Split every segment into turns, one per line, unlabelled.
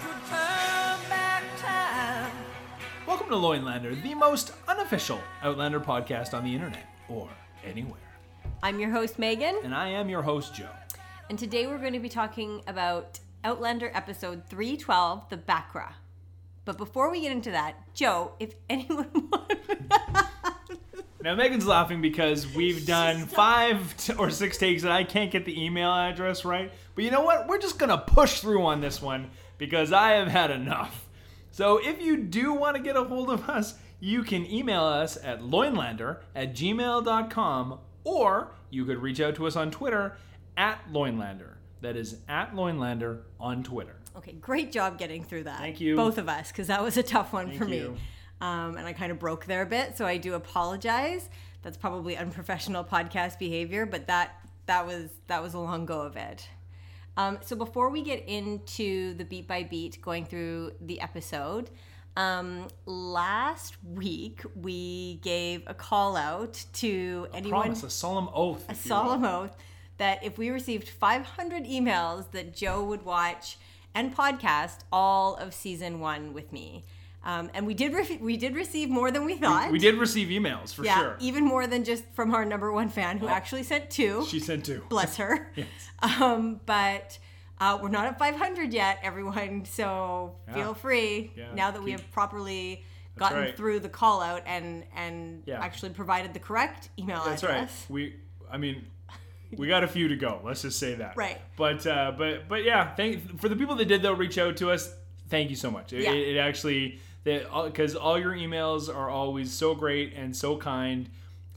come back time.
Welcome to Loinlander, the most unofficial Outlander podcast on the internet or anywhere.
I'm your host, Megan,
And I am your host, Joe.
and today we're going to be talking about Outlander episode 312, The Bakra. But before we get into that, Joe, if anyone
Now, Megan's laughing because we've done five t- or six takes and I can't get the email address right. But you know what? We're just going to push through on this one because I have had enough. So, if you do want to get a hold of us, you can email us at loinlander at gmail.com or you could reach out to us on Twitter at loinlander. That is at loinlander on Twitter.
Okay, great job getting through that.
Thank you.
Both of us, because that was a tough one for me.
you.
Um, and I kind of broke there a bit, so I do apologize. That's probably unprofessional podcast behavior, but that that was that was a long go of it. Um, so before we get into the beat by beat going through the episode, um, last week we gave a call out to anyone
Promise, a solemn oath.
a solemn oath that if we received 500 emails that joe would watch and podcast all of season one with me um, and we did re- we did receive more than we thought
We did receive emails for
yeah
sure.
even more than just from our number one fan who actually sent two
she sent two.
bless her um, but uh, we're not at 500 yet everyone so
Yeah.
feel free
Yeah,
now that we
keep-
have properly gotten
right.
through the call out and and
Yeah.
actually provided the correct email
That's
address
right. We, I mean, we got a few to go. Let's just say that.
Right.
But uh, but but yeah, thank for the people that did though reach out to us. Thank you so much. It,
Yeah.
it, it actually because all, your emails are always so great and so kind.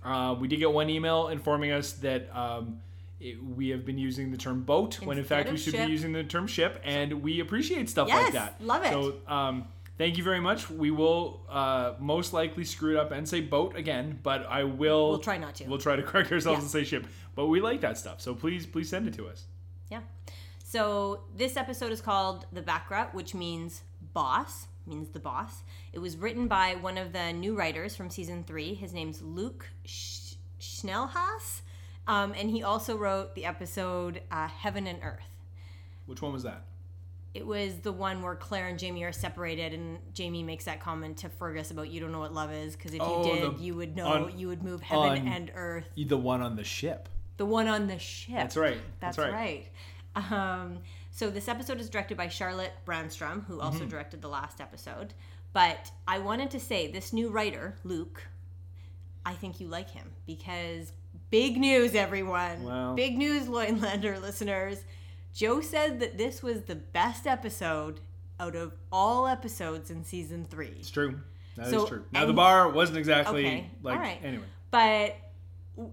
Uh, we did get one email informing us that. Um, it, we have been using the term boat when in
Instead
fact we
of
should
ship.
be using the term ship and we appreciate stuff like
Yes,
that
love it.
so um, thank you very much. We will uh, most likely screw it up and say boat again, but I will.
We'll try not to.
We'll try to correct ourselves
Yeah.
and say ship. But we like that stuff, so please, please send it to us.
Yeah. So this episode is called The Bakra, which means boss, means the boss. It was written by one of the new writers from season three. His name's Luke Sch- Schnellhaas. Um, and he also wrote the episode uh, Heaven and Earth.
Which one was that?
It was the one where Claire and Jamie are separated, and Jamie makes that comment to Fergus about you don't know what love is because if
Oh,
you did,
the-
you would know,
on-
you would move heaven
on-
and earth.
The one on the ship.
The one on the ship.
That's right. That's
That's,
right.
right. Um, so this episode is directed by Charlotte Branstrom, who also directed the last episode. But I wanted to say this new writer, Luke, I think you like him because big news, everyone.
Wow.
Big news, Loinlander listeners. Joe said that this was the best episode out of all episodes in season three.
It's true. That is
So,
true. Now the
and-
bar wasn't exactly
Okay,
like
all right.
anyway.
but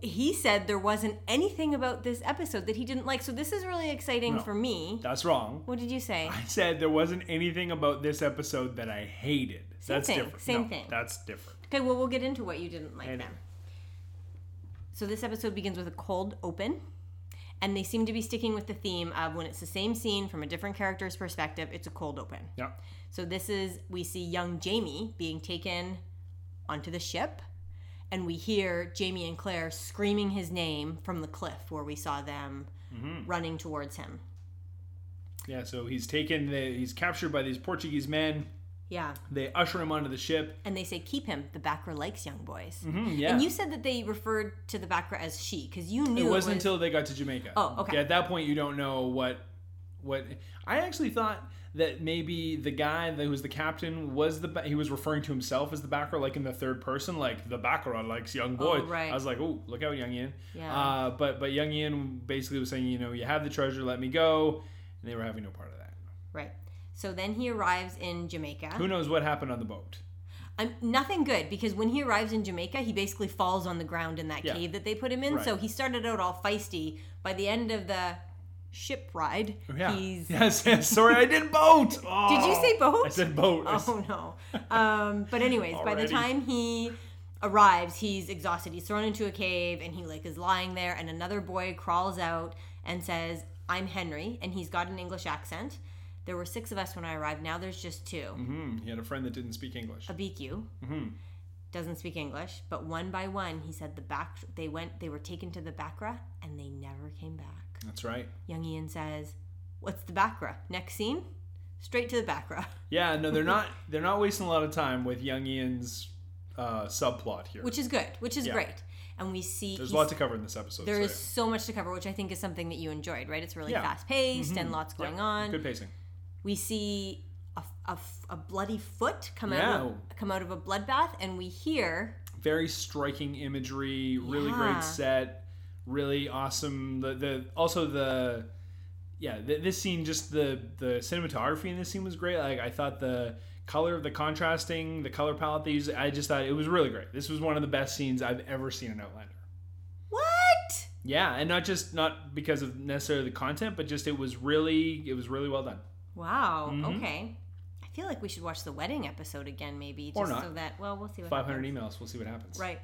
he said there wasn't anything about this episode that he didn't like. So this is really exciting
No.
for me.
That's wrong.
What did you say?
I said there wasn't anything about this episode that I hated. that's
thing,
different.
same
No,
thing.
That's different.
Okay, well we'll get into what you didn't like
And-
then. So this episode begins with a cold open, and they seem to be sticking with the theme of when it's the same scene from a different character's perspective, it's a cold open.
Yeah.
So this is we see young Jamie being taken onto the ship, and we hear Jamie and Claire screaming his name from the cliff where we saw them
Mm-hmm.
running towards him.
Yeah. So he's taken. The, he's captured by these Portuguese men.
Yeah.
They usher him onto the ship.
And they say, keep him. The Bakra likes young boys.
Mm, yeah.
And you said that they referred to the Bakra as she, because you knew
It wasn't
was-
until they got to Jamaica.
Oh, okay.
At that point, you don't know what what. I actually thought that maybe the guy that was the captain was the ba- he was referring to himself as the backer, like in the third person, like the backer likes young boy.
right.
I was like, oh, look out, young Ian.
Yeah.
Uh, but but young Ian basically was saying, you know, you have the treasure, let me go, and they were having no part of that.
Right. So then he arrives in Jamaica.
Who knows what happened on the boat?
I'm, nothing good because when he arrives in Jamaica, he basically falls on the ground in that
Yeah.
cave that they put him in.
Right.
So he started out all feisty. By the end of the ship ride,
Oh, Yeah.
Oh, he's.
Yes. yes sorry, I did boat.
Did you
Oh.
say boat?
I said boat. I
Oh no. Um, but anyways, by the
Alrighty.
time he arrives, he's exhausted. He's thrown into a cave and he like is lying there and another boy crawls out and says, "I'm Henry," and he's got an English accent. There were 6 of us when I arrived. Now there's just 2.
Hmm, he had a friend that didn't speak English.
Abiku
Mm-hmm.
doesn't speak English, but one by one he said the back they went they were taken to the Bakra and they never came back.
That's right.
Young Ian says, "What's the Bakra?" Next scene, straight to the back row,
Yeah, no, they're not. They're not wasting a lot of time with young Ian's uh, subplot here.
which is good, which is
Yeah.
great. And we see
There's
he's-
a lot to cover in this episode.
there
so
is so much to cover, which I think is something that you enjoyed, right? It's really
Yeah. Mm-hmm.
fast paced and lots
yeah.
going
Yeah,
on.
Good pacing.
we see a, a, a bloody foot come out of,
Yeah.
come out of a bloodbath, and we hear
Very striking imagery. Really
Yeah.
great set. Really awesome. The the also the yeah th- this scene just the the cinematography in this scene was great. Like I thought the color the contrasting the color palette they used I just thought it was really great. This was one of the best scenes I've ever seen in Outlander.
what?
Yeah, and not just not because of necessarily the content, but just it was really it was really well done.
Wow.
Mm-hmm.
Okay. I feel like we should watch the wedding episode again, maybe, just
Or not.
so that well, we'll see what
Five hundred
happens.
emails. We'll see what happens.
Right.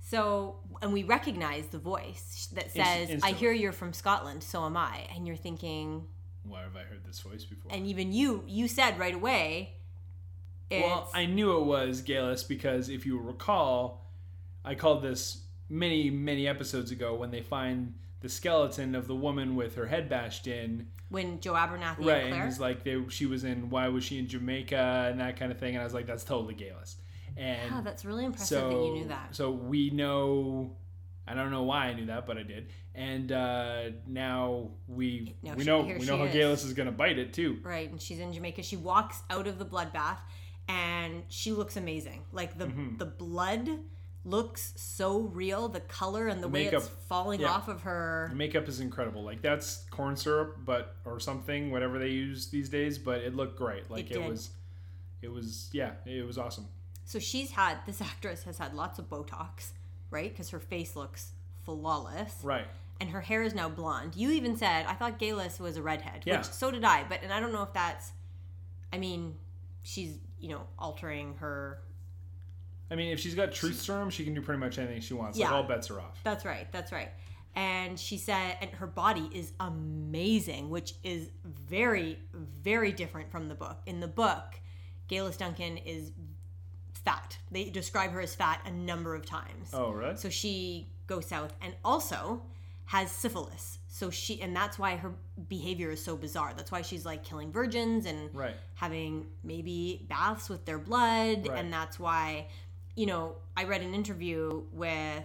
So, and we recognize the voice that says, "I
instantly.
hear you're from Scotland, so am I." And you're thinking,
Why have I heard this voice before?
and even you, you said right away, it's,
well, I knew it was Galus because if you recall, I called this many many episodes ago when they find the skeleton of the woman with her head bashed in.
when Joe Abernathy
right,
and
and
Claire.
he's like, they, she was in. Why was she in Jamaica and that kind of thing? And I was like, that's totally Galus. And
wow, Ah, that's really impressive
so
that you knew that.
So we know. I don't know why I knew that, but I did. And uh, now we
Now
we
she-
know
here
we
she
know how
is.
Galus is going to bite it too.
right and she's in jamaica she walks out of the bloodbath and she looks amazing like the
Mm-hmm.
the blood looks so real the color and the, way it's
makeup,
falling
yeah.
off of her
The makeup is incredible. Like that's corn syrup, but or something, whatever they use these days. But it looked great. Like
It
it,
did.
was, it was yeah, it was awesome.
so she's had this actress has had lots of botox right because her face looks flawless
Right.
and her hair is now blonde you even said i thought galis was a redhead
Yeah.
which so did i but and i don't know if that's i mean she's you know altering her
I mean, if she's got truth serum, she can do pretty much anything she wants. Like
Yeah.
all bets are off.
That's right. That's right. And she said, and her body is amazing, which is very, very different from the book. In the book, Galus Duncan is fat. They describe her as fat a number of times.
Oh right.
So she goes south and also has syphilis. So she, and that's why her behavior is so bizarre. That's why she's like killing virgins and
Right.
having maybe baths with their blood
Right.
and that's why you know i read an interview with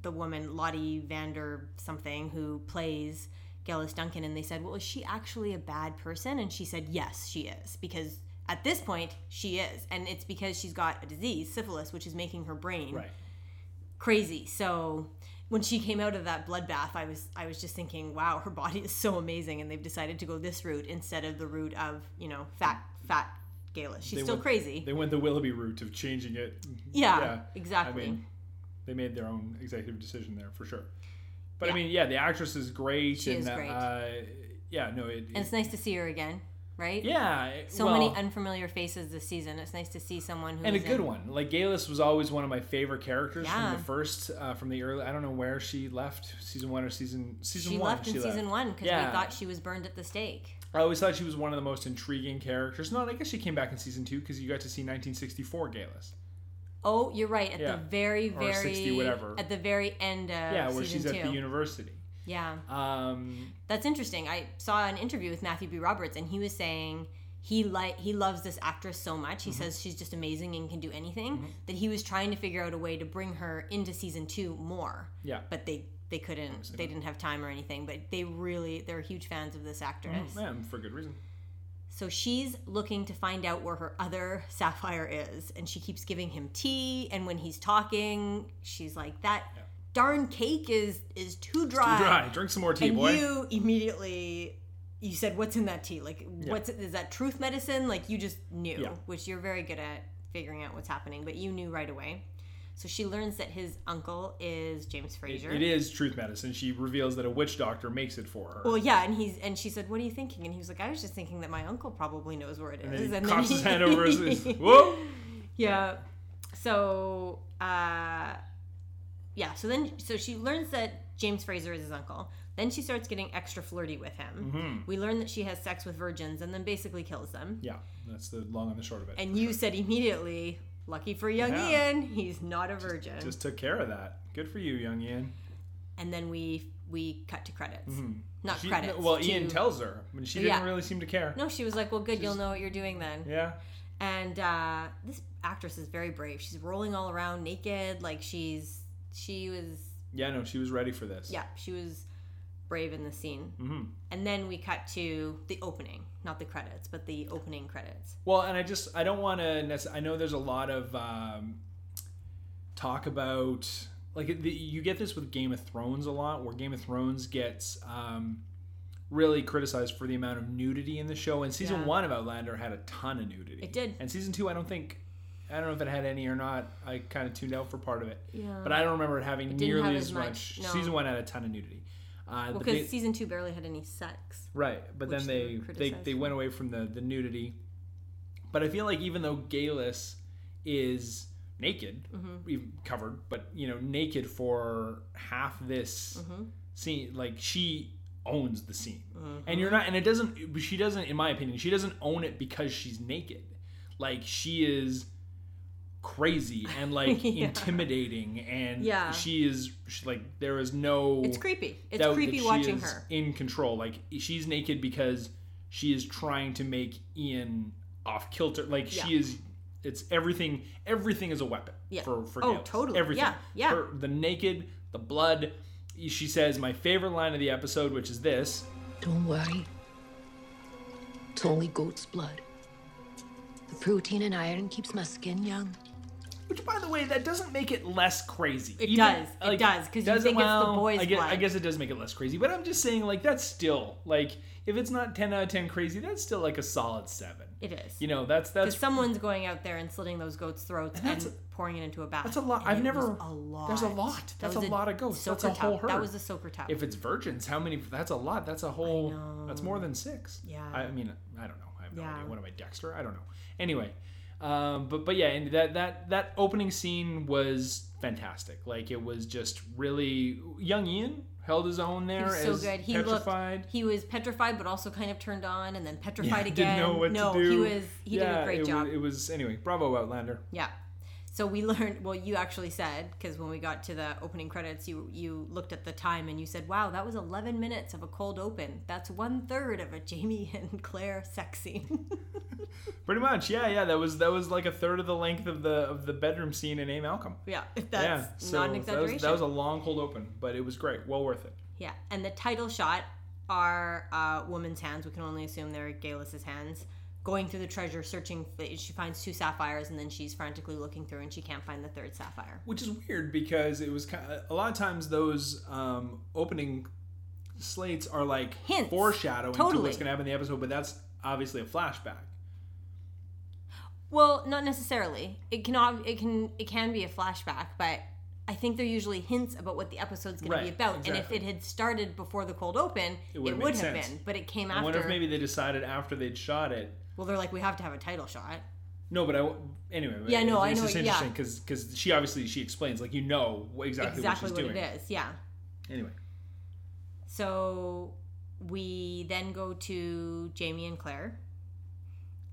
the woman lottie vander something who plays gillis duncan and they said well is she actually a bad person and she said yes she is because at this point she is and it's because she's got a disease syphilis which is making her brain
Right.
crazy so when she came out of that bloodbath i was i was just thinking wow her body is so amazing and they've decided to go this route instead of the route of you know fat fat gala she's
They
still
went-
crazy
They went the Willoughby route of changing it.
yeah,
yeah, I
exactly
mean, they made their own executive decision there for sure. But
Yeah.
I mean, yeah, the actress is great.
She
and,
is great.
Uh, yeah, no, it,
and it's nice to see her again right
yeah. it-
so
well,
many unfamiliar faces this season it's nice to see someone who
and a
was
good
in-
one. Like Galus was always one of my favorite characters
Yeah.
from the first, uh, from the early. I don't know where she left, season one or season season
she
one.
left in season one because we
Yeah.
thought she was burned at the stake
I always thought she was one of the most intriguing characters. No, I guess she came back in season two because you got to see 1964 Galus.
oh you're right at the
Yeah.
very
Or
very
60, whatever.
at the very end of
Yeah, where
Uh, season
she's
two
at the university.
yeah
Um,
That's interesting. I saw an interview with Matthew B. Roberts, and he was saying he like he loves this actress so much. He says she's just amazing and can do anything. That he was trying to figure out a way to bring her into season two more,
yeah.
but they they couldn't. They didn't have time or anything. But they really they're huge fans of this actress.
Yeah, and for good reason.
So she's looking to find out where her other sapphire is, and she keeps giving him tea. And when he's talking, she's like, "That darn cake is is too dry."
Dry. Drink some more tea,
Uh, and
boy.
you immediately you said what's in that tea like what's is that truth medicine like you just knew
Yeah.
which you're very good at figuring out what's happening but you knew right away so she learns that his uncle is james fraser
it is truth medicine. She reveals that a witch doctor makes it for her.
well yeah and he's and she said what are you thinking and he was like i was just thinking that my uncle probably knows where it is
and he
And then
cops his hand over his. his
yeah.
whoa.
so uh yeah so then so she learns that james fraser is his uncle then she starts getting extra flirty with him
Hmm.
We learn that she has sex with virgins and then basically kills them.
Yeah, that's the long and the short of it.
And you said immediately, lucky for young
Yeah.
Ian, he's not a virgin.
Just took care of that. Good for you, young Ian. Hmm.
and then we we cut to credits. Not
Mm-hmm. She-
credits.
Well,
to-
Ian tells her, and she didn't
Yeah.
really seem to care.
No, she was like, "Well, good. You'll know what you're doing then."
Yeah.
And uh, this actress is very brave. She's rolling all around naked, like she's she was
Yeah, no, she was ready for this.
yeah she was brave in the scene. Mm-hmm. And then we cut to the opening, not the credits, but the opening credits.
Well, and I just I don't want to. Nece- I know there's a lot of um, talk about like the, you get this with Game of Thrones a lot, where Game of Thrones gets um, really criticized for the amount of nudity in the show. And season
Yeah.
one of Outlander had a ton of nudity.
It did.
And season two, I don't think. I don't know if it had any or not. I kind of tuned out for part of it,
Yeah.
but I don't remember it having
didn't
nearly
have
as
as
much.
much, no.
Season one had a ton of nudity. Uh,
Well,
but
because
they-
season two barely had any sex.
Right, but then
which
they
they were
they,
criticized
they
for.
went away from the the nudity. But I feel like even though Galus is naked,
Mm-hmm.
even covered, but you know, naked for half this
Mm-hmm.
scene, like she owns the scene, and you're not, and it doesn't. She doesn't, in my opinion, she doesn't own it because she's naked. Like she is crazy and like
Yeah.
intimidating, and
Yeah.
she is she, like there is no
It's creepy. It's
doubt that
creepy
she
watching
is
her.
in control. Like she's naked because she is trying to make Ian off kilter. Like she
Yeah.
is. It's everything. Everything is a weapon
Yeah.
for for
Oh,
Gales.
totally.
Everything.
Yeah, yeah.
Her- the naked, the blood. She says my favorite line of the episode, which is this.
Don't worry. It's only goat's blood. The protein and iron keeps my skin young.
Which, by the way, that doesn't make it less crazy.
It does. It does, 'cause you
does it-
think it's the
well,
boy's
I guess, I
blood.
guess it does make it less crazy, but I'm just saying, like, that's still like, if it's not 10 out of 10 crazy, that's still like a solid seven.
It is.
You know, that's that's
Because someone's going out there and slitting those goats' throats and,
that's
pouring it into a bath.
that's a lot.
And
I've
it
never-
was a lot.
there's a lot.
That
That's
was
a lot of goats. That's a
soaker
whole
tub. That
herd.
was a soaker tub.
if it's virgins, how many? That's a lot. That's a whole.
know.
That's more than six.
Yeah.
I, I mean, I don't know. I have no
Yeah.
idea. What am I, Dexter? I don't know. Anyway, um, but but yeah, and that that that opening scene was fantastic. Like it was just really young Ian held his own there.
he was so
as
good. He
petrified.
looked. He was petrified, but also kind of turned on, and then petrified
Didn't
again.
know what
no,
to do.
he was. He did
Yeah,
a great
it
job.
Was, it was anyway. Bravo, Outlander.
Yeah. So we learned. Well, you actually said because when we got to the opening credits, you you looked at the time and you said, "Wow, that was 11 minutes of a cold open. That's one third of a Jamie and Claire sex scene."
Pretty much. Yeah, yeah. That was that was like a third of the length of the of the bedroom scene in A Malcolm.
yeah, that's
yeah, so
not an
that was-
exaggeration.
That was, a long cold open, but it was great. Well worth it.
yeah, and the title shot are uh, woman's hands. We can only assume they're Galus's hands. Going through the treasure, searching. She finds two sapphires, and then she's frantically looking through, and she can't find the third sapphire.
Which is weird because it was kind a lot of times those um, opening slates are like
Hints.
foreshadowing to
Totally.
what's going to happen in the episode, but that's obviously a flashback.
Well, not necessarily. It can ob- it can it can be a flashback, but I think they're usually hints about what the episode's going to
Right,
be about. And if
exactly.
it had started before the cold open, it,
would've
would
made
have
sense.
been. But it came
I wonder
after.
if maybe they decided after they'd shot it.
well, they're like, we have to have a title shot.
No, but I anyway.
Yeah, no, I
it's
know
It's
it-
interesting
yeah.
because she obviously she explains like you know wh- exactly,
Exactly
what she's
what
doing.
it is. Yeah.
Anyway,
So we then go to Jamie and Claire.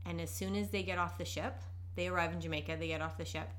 And as soon as they get off the ship, they arrive in Jamaica, they get off the ship.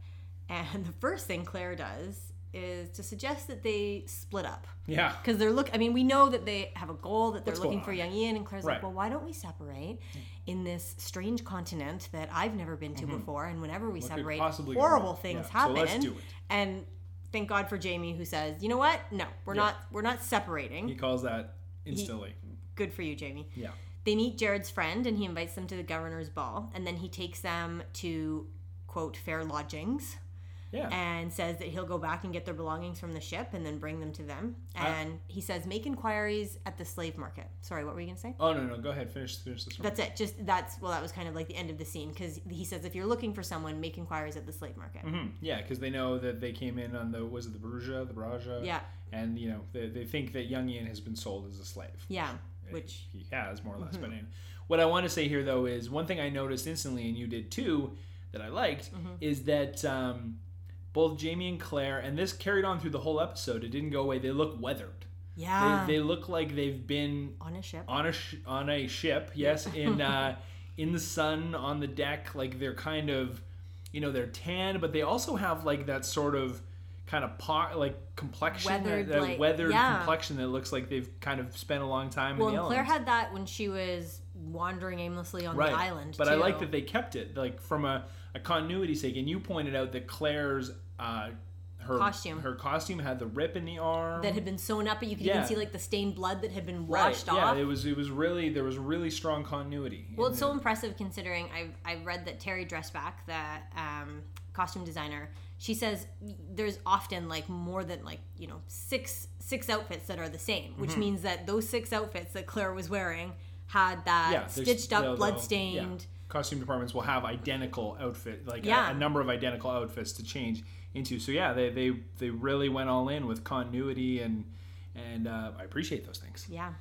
And the first thing Claire does is to suggest that they split up.
yeah.
because they're look. I mean, we know that they have a goal that they're
What's
looking
going
for
on?
young Ian, and Claire's
Right. Mm-hmm.
like, "Well, why don't we separate in this strange continent that I've never been to before? And whenever we
could
separate,
possibly go
horrible
wrong?
things
Yeah, so
happen."
let's do it.
And thank God for Jamie, who says, "You know what? No, we're not. We're not separating.
He calls that instantly.
Good for you, Jamie."
yeah.
They meet Jared's friend, and he invites them to the governor's ball, and then he takes them to quote fair lodgings.
Yeah.
and says that he'll go back and get their belongings from the ship and then bring them to them.
Uh,
And he says, make inquiries at the slave market. Sorry, what were you going to say?
oh no, no. Go ahead. Finish. Finish this one.
That's it. Just that's, well, that was kind of like the end of the scene because he says, if you're looking for someone, make inquiries at the slave market.
Yeah, because they know that they came in on the was it the Bruja, the Braja,
Yeah.
and you know they, they think that young Ian has been sold as a slave.
Yeah. Which, Mm-hmm.
he has more or less. But anyway, what I want to say here though is one thing I noticed instantly, and you did too, that I liked
Mm-hmm.
is that um, both Jamie and Claire, and this carried on through the whole episode. It didn't go away. They look weathered.
yeah.
They, they look like they've been
on a ship.
on a sh- on a ship. Yes, in uh, in the sun on the deck. Like they're kind of, you know, they're tan, but they also have like that sort of kind of po- like complexion,
Weathered,
that, that
like-
weathered
yeah.
complexion that looks like they've kind of spent a long time
Well,
in the
and Claire had
elements.
that when she was wandering aimlessly on
right.
the island.
But I like
too.
that they kept it like from a, a continuity sake. And you pointed out that Claire's uh, her
Costume.
her costume had the rip in the arm
that had been sewn up, but you could
Yeah.
even see like the stained blood that had been
Right,
washed
yeah,
off.
it was it was really there was really strong continuity.
well,
in
it's
the-
so impressive considering I've, I've read that Terry Dressback, the um, costume designer, she says there's often like more than like you know six six outfits that are the same,
Mm-hmm.
which means that those six outfits that Claire was wearing had that
yeah, there's-
uh, stitched up,
they'll- they'll- yeah.
blood stained.
Costume departments will have identical outfit, like a-
Yeah.
a, number of identical outfits to change into. So yeah, they they, they really went all in with continuity and and uh, I appreciate those things.
Yeah.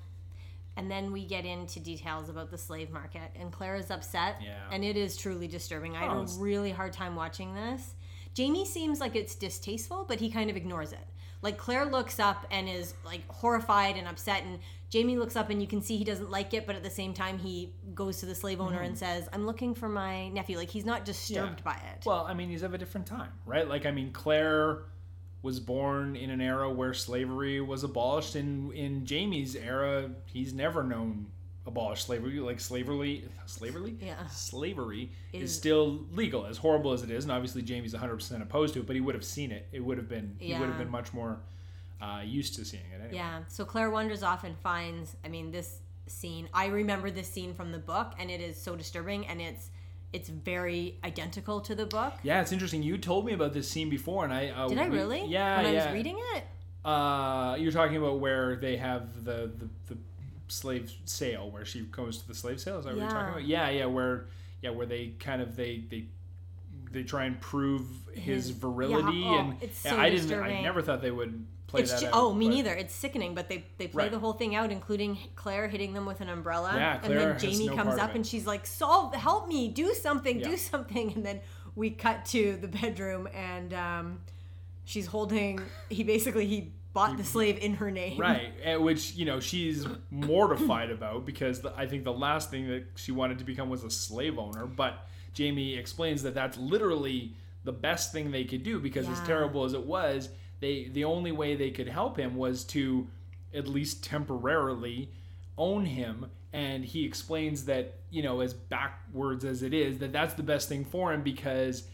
And then we get into details about the slave market, and Claire is upset.
Yeah.
And it is truly disturbing. I had
Oh,
a
it's-
really hard time watching this. Jamie seems like it's distasteful, but he kind of ignores it. Like Claire looks up and is like horrified and upset, and Jamie looks up and you can see he doesn't like it, but at the same time he goes to the slave owner and says, "I'm looking for my nephew." Like he's not disturbed by it.
Well, I mean, he's of a different time, right? Like, I mean, Claire was born in an era where slavery was abolished. In in Jamie's era, he's never known abolished slavery. Like slavery, slavery,
Yeah.
slavery is,
Is-
still legal. As horrible as it is, and obviously Jamie's 100 percent opposed to it, but he would have seen it. It would have been he would have
Yeah.
been much more uh, used to seeing it. Anyway.
Yeah. So Claire wanders off and finds. I mean, this scene. I remember this scene from the book, and it is so disturbing, and it's it's very identical to the book.
Yeah, it's interesting. You told me about this scene before, and I uh,
Did I
we-
really?
Yeah,
When
yeah.
I was reading it.
Uh, you're talking about where they have the, the the slave sale, where she goes to the slave sale. Is that what you're talking
Yeah.
about? Yeah, yeah, where yeah, where they kind of they they they try and prove his,
His-
virility,
yeah, oh,
and
it's
and
so
I didn't, I
disturbing.
never thought they would play
It's
that.
ju-
out,
oh, me
but-
neither. It's sickening, but they they play
Right.
the whole thing out, including Claire hitting them with an umbrella,
Yeah,
and
Claire
then
has
Jamie
no part
comes
of
up
it.
and she's like, "Solve, help me, do something,
Yeah.
do something," and then we cut to the bedroom and um, she's holding. He basically he bought the slave in her name.
Right, and which you know she's mortified about because the, I think the last thing that she wanted to become was a slave owner. But Jamie explains that that's literally the best thing they could do because as
Yeah.
terrible as it was, they the only way they could help him was to at least temporarily own him. And he explains that you know as backwards as it is, that that's the best thing for him because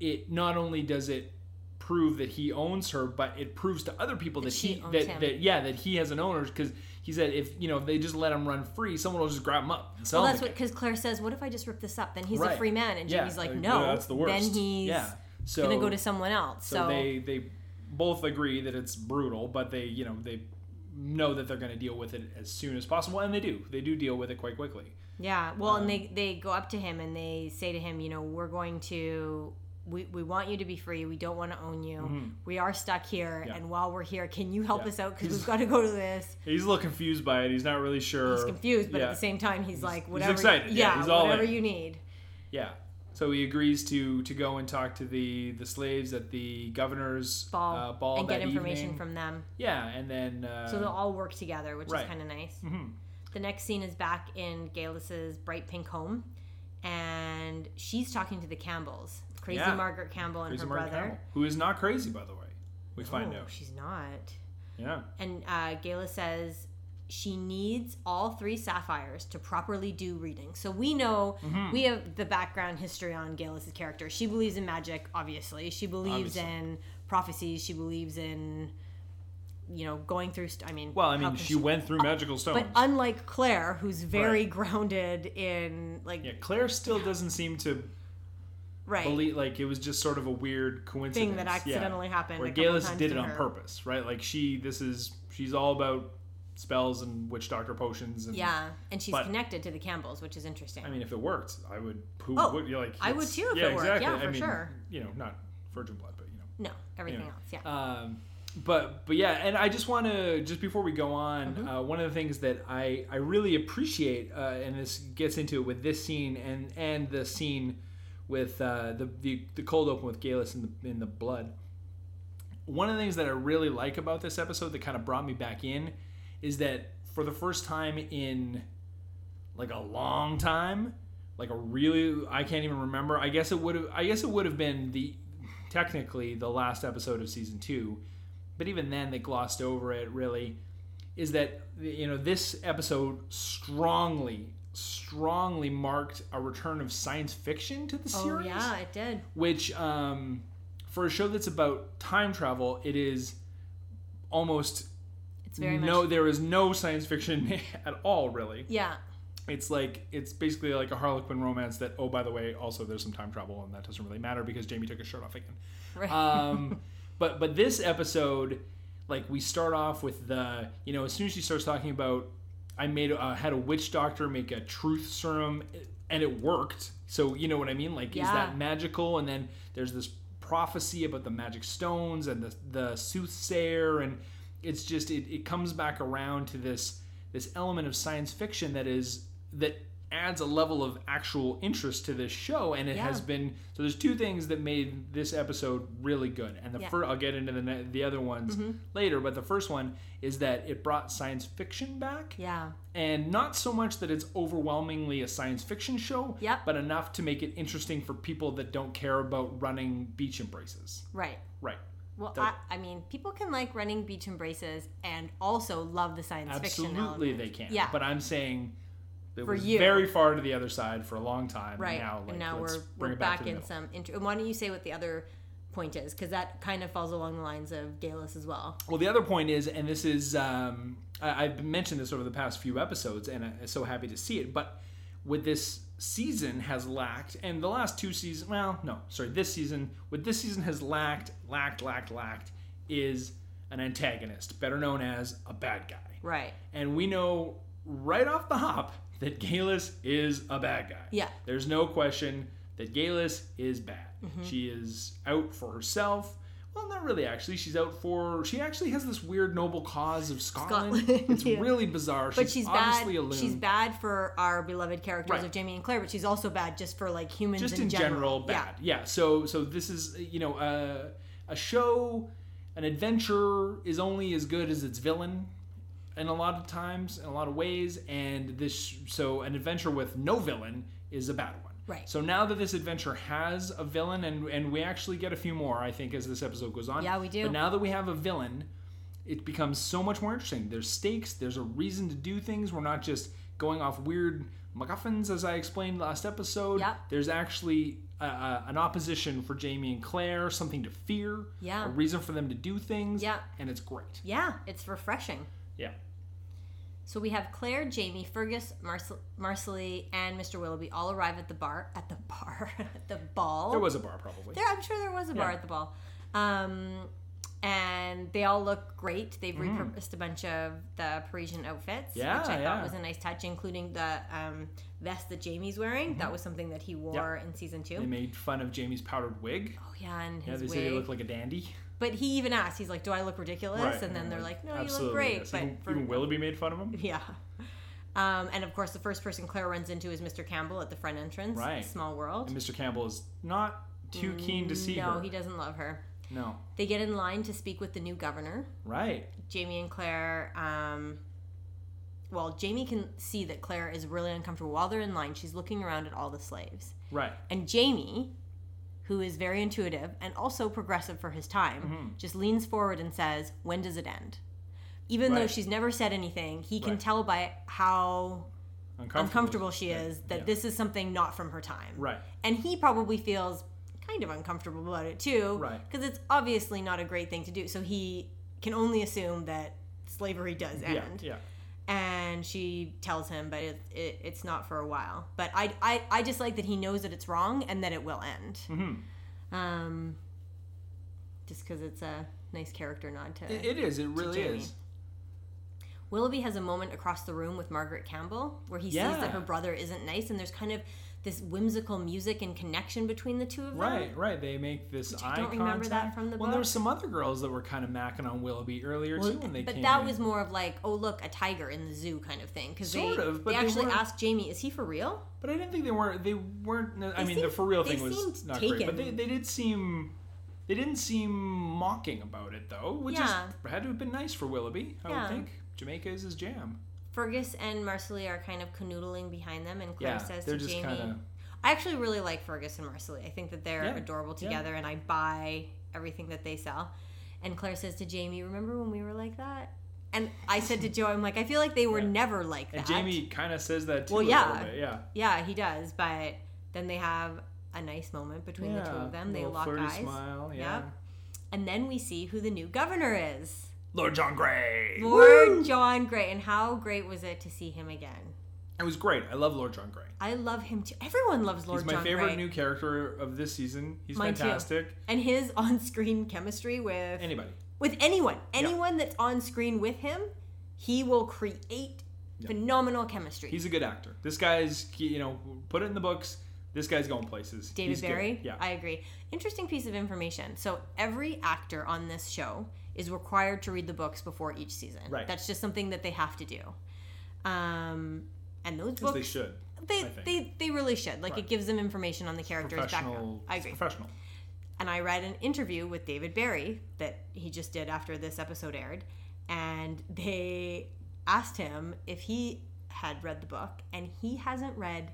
it not only does it prove that he owns her, but it proves to other people that,
she
he
owns
that,
him.
that yeah that he has an owner because he said if you know if they just let him run free, someone will just grab him up. And sell
Well,
him
that's what
again.
because Claire says, "What if I just rip this up? Then he's
Right.
a free man." And
Yeah,
Jamie's like,
like,
"No,
well, that's the worst."
Then he's
Yeah. So-
gonna go to someone else." So,
So they they both agree that it's brutal, but they you know they know that they're going to deal with it as soon as possible, and they do. They do deal with it quite quickly.
yeah, well, and
um,
they they go up to him and they say to him, "You know, we're going to." We, we want you to be free. We don't want to own you. We are stuck here,
Mm-hmm. Yeah.
and while we're here, can you help
Yeah.
us out? Because
He's-
we've got to go to this.
He's a little confused by it. He's not really sure.
He's confused, but
yeah.
at the same time, he's, like, "Whatever,
excited, yeah, he's all
whatever
in.
you need."
Yeah. So he agrees to to go and talk to the the slaves at the governor's
Ball,
uh, ball
and get
that
information
evening.
from them,
yeah, and then uh,
so they'll all work together, which
right. Mm-hmm.
is kind of nice. The next scene is back in Galus's bright pink home, and she's talking to the Campbells, crazy
Yeah.
Margaret Campbell and
Crazy
her
Martin
brother.
Campbell, who is not crazy, by the way. We find
No,
out.
she's not.
Yeah.
And uh, Gayla says she needs all three sapphires to properly do reading. So we know
Mm-hmm.
we have the background history on Gayla's character. She believes in magic, obviously. She believes
Obviously.
in prophecies. She believes in, you know, going through. St- I mean,
Well, I
how
mean,
can Oh,
she, went through magical stones.
But unlike Claire, who's very
Right.
grounded in like
yeah, Claire still doesn't seem to
right
believe. Like it was just sort of a weird coincidence
that
Yeah.
accidentally happened
Where
a couple
Galus
times
did it
to
on
her.
purpose, right? Like she, this is she's all about spells and witch doctor potions. And,
yeah, and she's
But-
connected to the Campbells, which is interesting.
I mean, if it worked, I would. Who
Oh,
would? You're like
I would
it's-
too if
yeah,
it worked.
Exactly.
Yeah,
I
for
mean,
sure.
You know, not virgin blood, but you know.
no, everything
Yeah.
else, yeah.
Um, but but yeah, and I just want to just before we go on, uh, one of the things that I I really appreciate, uh, and this gets into it with this scene and and the scene with uh, the, the the cold open with Galus in the in the blood. One of the things that I really like about this episode that kind of brought me back in is that for the first time in like a long time, like a really I can't even remember. I guess it would have I guess it would have been the technically the last episode of season two, but even then they glossed over it really. Is that you know this episode strongly, strongly marked a return of science fiction to the
Oh
series?
yeah, it did.
which um, for a show that's about time travel, it is almost
It's very
no.
much
There is no science fiction at all, really.
yeah.
It's like it's basically like a Harlequin romance. That oh, by the way, also there's some time travel, and that doesn't really matter because Jamie took his shirt off again.
Right.
Um, but but this episode, like we start off with the you know as soon as she starts talking about I made uh, had a witch doctor make a truth serum and it worked. So you know what I mean? Like is
Yeah.
that magical? And then there's this prophecy about the magic stones and the the soothsayer and it's just it, it comes back around to this this element of science fiction that is that adds a level of actual interest to this show and it
Yeah.
has been so there's two things that made this episode really good and the
Yeah. Mm-hmm.
first i'll get into the, ne- the other ones later but the first one is that it brought science fiction back
yeah.
and not so much that it's overwhelmingly a science fiction show
Yep.
but enough to make it interesting for people that don't care about running beach embraces
Right.
right
Well,
The-
I, I mean, people can like running beach embraces and also love the science fiction
absolutely
element.
they can
Yeah.
but i'm saying it
For
was
you.
very far to the other side for a long time
right.
now, like,
and now
let's
we're
bring
we're
it
back,
back, to the
in
middle.
some. Inter- why don't you say what the other point is? Because that kind of falls along the lines of Galus as well.
Well, the other point is, and this is, um, I, I've mentioned this over the past few episodes, and I'm so happy to see it. But what this season has lacked, and the last two seasons, well, no, sorry, this season, what this season has lacked, lacked, lacked, lacked, is an antagonist, better known as a bad guy.
Right.
And we know right off the hop that Galus is a bad guy.
Yeah.
There's no question that Galus is bad.
Mm-hmm.
She is out for herself. Well, not really, actually. She's out for. She actually has this weird noble cause of Scotland.
Scotland,
It's
yeah.
really bizarre.
But she's bad.
obviously a loon.
She's bad for our beloved characters
Right.
of Jamie and Claire, but she's also bad just for like humans
just
in,
in general,
Yeah.
bad. Yeah. So so this is you know uh, a show, an adventure is only as good as its villain, in a lot of times, in a lot of ways, and this so an adventure with no villain is a bad one.
Right.
So now that this adventure has a villain, and and we actually get a few more, I think, as this episode goes on.
Yeah, we do.
But now that we have a villain, it becomes so much more interesting. There's stakes, there's a reason to do things. We're not just going off weird MacGuffins, as I explained last episode.
Yep.
There's actually a, a, an opposition for Jamie and Claire, something to fear,
Yeah.
a reason for them to do things.
Yeah.
And it's great.
Yeah, it's refreshing.
Yeah.
So we have Claire, Jamie, Fergus, Marce- Marcelly, and Mr. Willoughby all arrive at the bar. At the bar. at the ball.
There was a bar, probably.
Oh, There, I'm sure there was a bar at the ball. Um, and they all look great. They've repurposed a bunch of the Parisian outfits,
Mm. Yeah,
which I
yeah.
thought was a nice touch, including the um, vest that Jamie's wearing.
Mm-hmm.
That was something that he wore in season
They
two.
made fun of Jamie's powdered wig.
Oh yeah, and
Yeah,
his
they
wig.
say they look like a dandy.
but he even asked, he's like, "Do I look ridiculous?"
Right,
And then
I'm
they're like, "No, you look
"Absolutely,
great."
yes."
But
even,
for-
even Willoughby made fun of him.
yeah. Um, and of course, the first person Claire runs into is Mr. Campbell at the front entrance.
Right.
Small world.
And Mr. Campbell is not too keen to see
Mm, no,
her.
he doesn't love her.
no,
They get in line to speak with the new governor.
right?
Jamie and Claire. Um, well, Jamie can see that Claire is really uncomfortable while they're in line. She's looking around at all the slaves,
Right.
and Jamie, who is very intuitive and also progressive for his time,
Mm-hmm.
just leans forward and says, "When does it end?" Even though
Right.
she's never said anything, he can
Right.
tell by how
Uncomfortable.
uncomfortable she is that
yeah.
this is something not from her time.
Right.
And he probably feels kind of uncomfortable about it too.
Right.
Because it's obviously not a great thing to do. So he can only assume that slavery does
Yeah.
end.
Yeah.
And she tells him, but it, it, it's not for a while. But I, I, I just like that he knows that it's wrong and that it will end.
Mm-hmm.
Um, just because it's a nice character nod to
It, it is. It really
Jamie.
is.
Willoughby has a moment across the room with Margaret Campbell where he sees
Yeah.
that her brother isn't nice, and there's kind of this whimsical music and connection between the two of them.
Right, right. They make this eye
don't remember
contact.
that from the
well, there were
book.
some other girls that were kind of macking on Willoughby earlier too when they
but
came.
that
in.
was more of like, oh look, a tiger in the zoo kind of thing. Because
Sort
they,
of, but
they
they
actually
weren't-
asked Jamie, is he for real?
But I didn't think they were. They weren't. I mean, the
seemed-
for real
they
thing was
seemed
not great, but they,
taken.
they did seem. They didn't seem mocking about it though, which
Yeah.
is had to have been nice for Willoughby. I
Yeah.
would think Jamaica is his jam.
Fergus and Marcelly are kind of canoodling behind them, and Claire
Yeah,
says
they're
to
just
Jamie,
kinda-
I actually really like Fergus and Marcelly. I think that they're
Yeah,
adorable
yeah.
together, and I buy everything that they sell. And Claire says to Jamie, "Remember when we were like that?" And I said to Joe, "I'm like, I feel like they were never like that."
And Jamie kind of says that too.
Well,
a
yeah.
little bit, yeah.
yeah, he does. But then they have a nice moment between the two
Yeah,
of them. They
little
lock
flirty
eyes.
Smile, yeah.
Yeah. And then we see who the new governor is.
Lord John Gray.
Lord John Gray. And how great was it to see him again?
It was great. I love Lord John Gray.
I love him too. Everyone loves Lord
He's my
John
favorite
Gray.
new character of this season. He's
Mine too.
fantastic.
and his on-screen chemistry with
Anybody.
with anyone, anyone that's on screen with him, he will create phenomenal chemistry.
He's a good actor. This guy's, you know, put it in the books. This guy's going places.
David
He's good.
Barry.
Yeah.
I agree. Interesting piece of information. So every actor on this show is required to read the books before each season.
Right.
That's just something that they have to do. Um, and those
As
books,
they should.
they,
I think.
they they really should. Like it gives them information on the character's background.
Professional.
I
it's
agree.
Professional.
and I read an interview with David Barry that he just did after this episode aired, and they asked him if he had read the book, and he hasn't read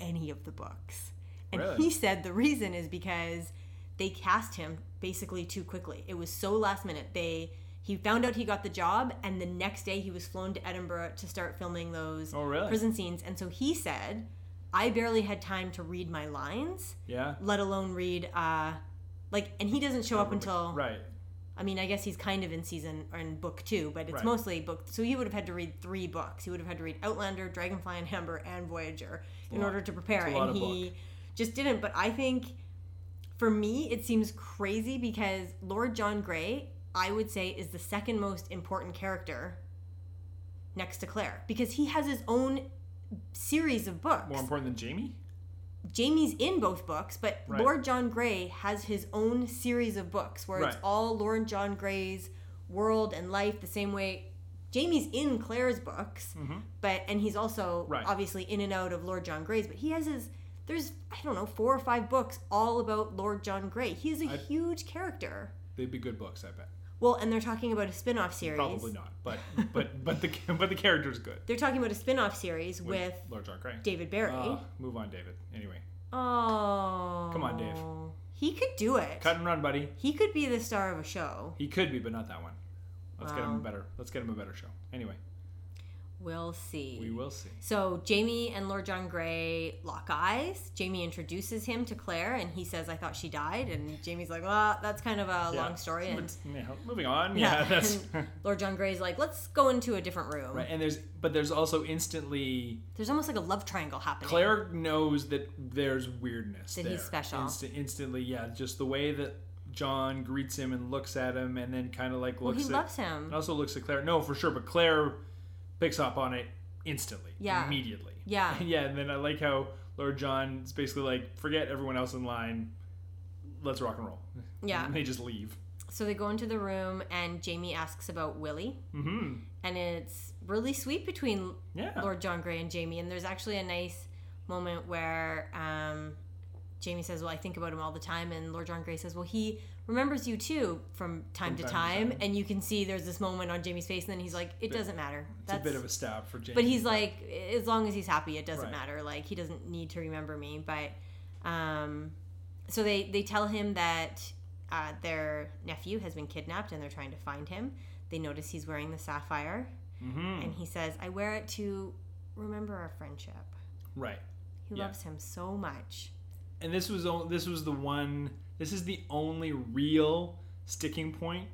any of the books. And
Really?
he said the reason is because they cast him basically too quickly. It was so last minute. They he found out he got the job, and the next day he was flown to Edinburgh to start filming those
Oh, really?
prison scenes. And so he said, "I barely had time to read my lines."
Yeah.
let alone read uh like and he doesn't show up until
Right.
i mean i guess he's kind of in season or in book two but it's
Right.
mostly book so he would have had to read three books he would have had to read outlander dragonfly and amber and voyager in
lot.
order to prepare
It's a lot
and
of
he just didn't but i think for me it seems crazy because lord john gray i would say is the second most important character next to claire because he has his own series of books
More important than Jamie?
Jamie's in both books, but
Right.
Lord John Grey has his own series of books where it's
Right.
all Lord John Grey's world and life, the same way Jamie's in Claire's books, but and he's also
Mm-hmm. Right.
obviously in and out of Lord John Grey's, but he has his there's I don't know four or five books all about Lord John Grey. He is a
I-
huge character.
They'd be good books, I bet.
Well, and they're talking about a spin-off series.
Probably not, but but but the but the character's good.
They're talking about a spin-off series with,
Lord John Gray.
David Barry.
Uh, move on, David. Anyway,
oh.
Come on, Dave.
He could do it.
cut and run, buddy.
He could be the star of a show.
He could be, but not that one. Let's get him a
Wow.
better. Let's get him a better show. Anyway,
We'll see.
we will see.
So Jamie and Lord John Grey lock eyes. Jamie introduces him to Claire, and he says, "I thought she died." And Jamie's like, "Well, that's kind of a long story." And
But, yeah, moving on. Yeah, that's
and Lord John Grey's like, "Let's go into a different room."
right. And there's but there's also instantly
There's almost like a love triangle happening.
Claire knows that there's weirdness.
That
there.
he's special.
Insta- instantly, yeah. Just the way that John greets him and looks at him, and then kind of like
well,
looks.
Oh, he
at,
loves him.
And also looks at Claire. No, for sure, but Claire picks up on it instantly.
Yeah.
Immediately.
Yeah.
And yeah, and then I like how Lord John's basically like, forget everyone else in line. Let's rock and roll.
yeah.
And they just leave.
So they go into the room, and Jamie asks about Willie,
Mm-hmm.
and it's really sweet between
Yeah.
Lord John Grey and Jamie. And there's actually a nice moment where um, Jamie says, Well, I think about him all the time. And Lord John Grey says, Well, he remembers you too from time, to, time. And you can see there's this moment on Jamie's face. And then he's like, It doesn't matter.
it's a bit of a stab for Jamie.
But he's like, As long as he's happy, it doesn't
Right.
matter. Like, he doesn't need to remember me. But um, so they, they tell him that uh, their nephew has been kidnapped and they're trying to find him. They notice he's wearing the sapphire
Mhm.
and he says, I wear it to remember our friendship.
Right.
He
Yeah.
loves him so much.
And this was on- this was the one. This is the only real sticking point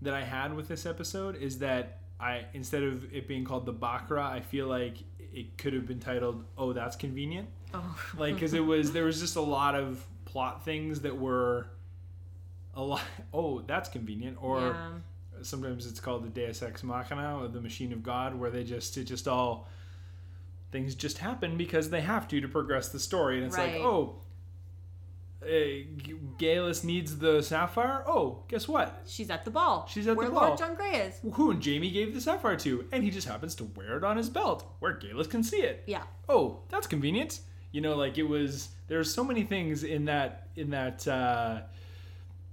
that I had with this episode is that I instead of it being called the Bakra, I feel like it could have been titled "Oh, that's convenient."
Oh,
like because it was there was just a lot of plot things that were a lot oh that's convenient or
yeah.
sometimes it's called the deus ex machina or the machine of god where they just it just all things just happen because they have to to progress the story and it's
Right.
like oh uh, G- Galus needs the sapphire. Oh, guess what?
she's at the ball.
She's at the
where
ball.
Lord John Grey is.
Who and Jamie gave the sapphire to, and he just happens to wear it on his belt, where Galus can see it
Yeah.
oh that's convenient you know like it was there's so many things in that in that uh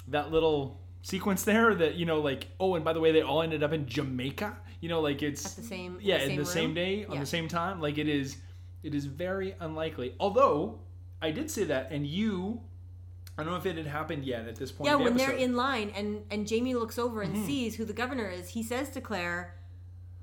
that little sequence there that you know like oh and by the way they all ended up in jamaica you know like it's
At the same-
yeah
the
in
same
the same
room?
day on
Yeah.
the same time like it is it is very unlikely although I did say that, and you. I don't know if it had happened yet at this point.
Yeah,
in the
when
Mm-hmm.
they're
episode.
in line and and Jamie looks over and sees who the governor is, he says to Claire,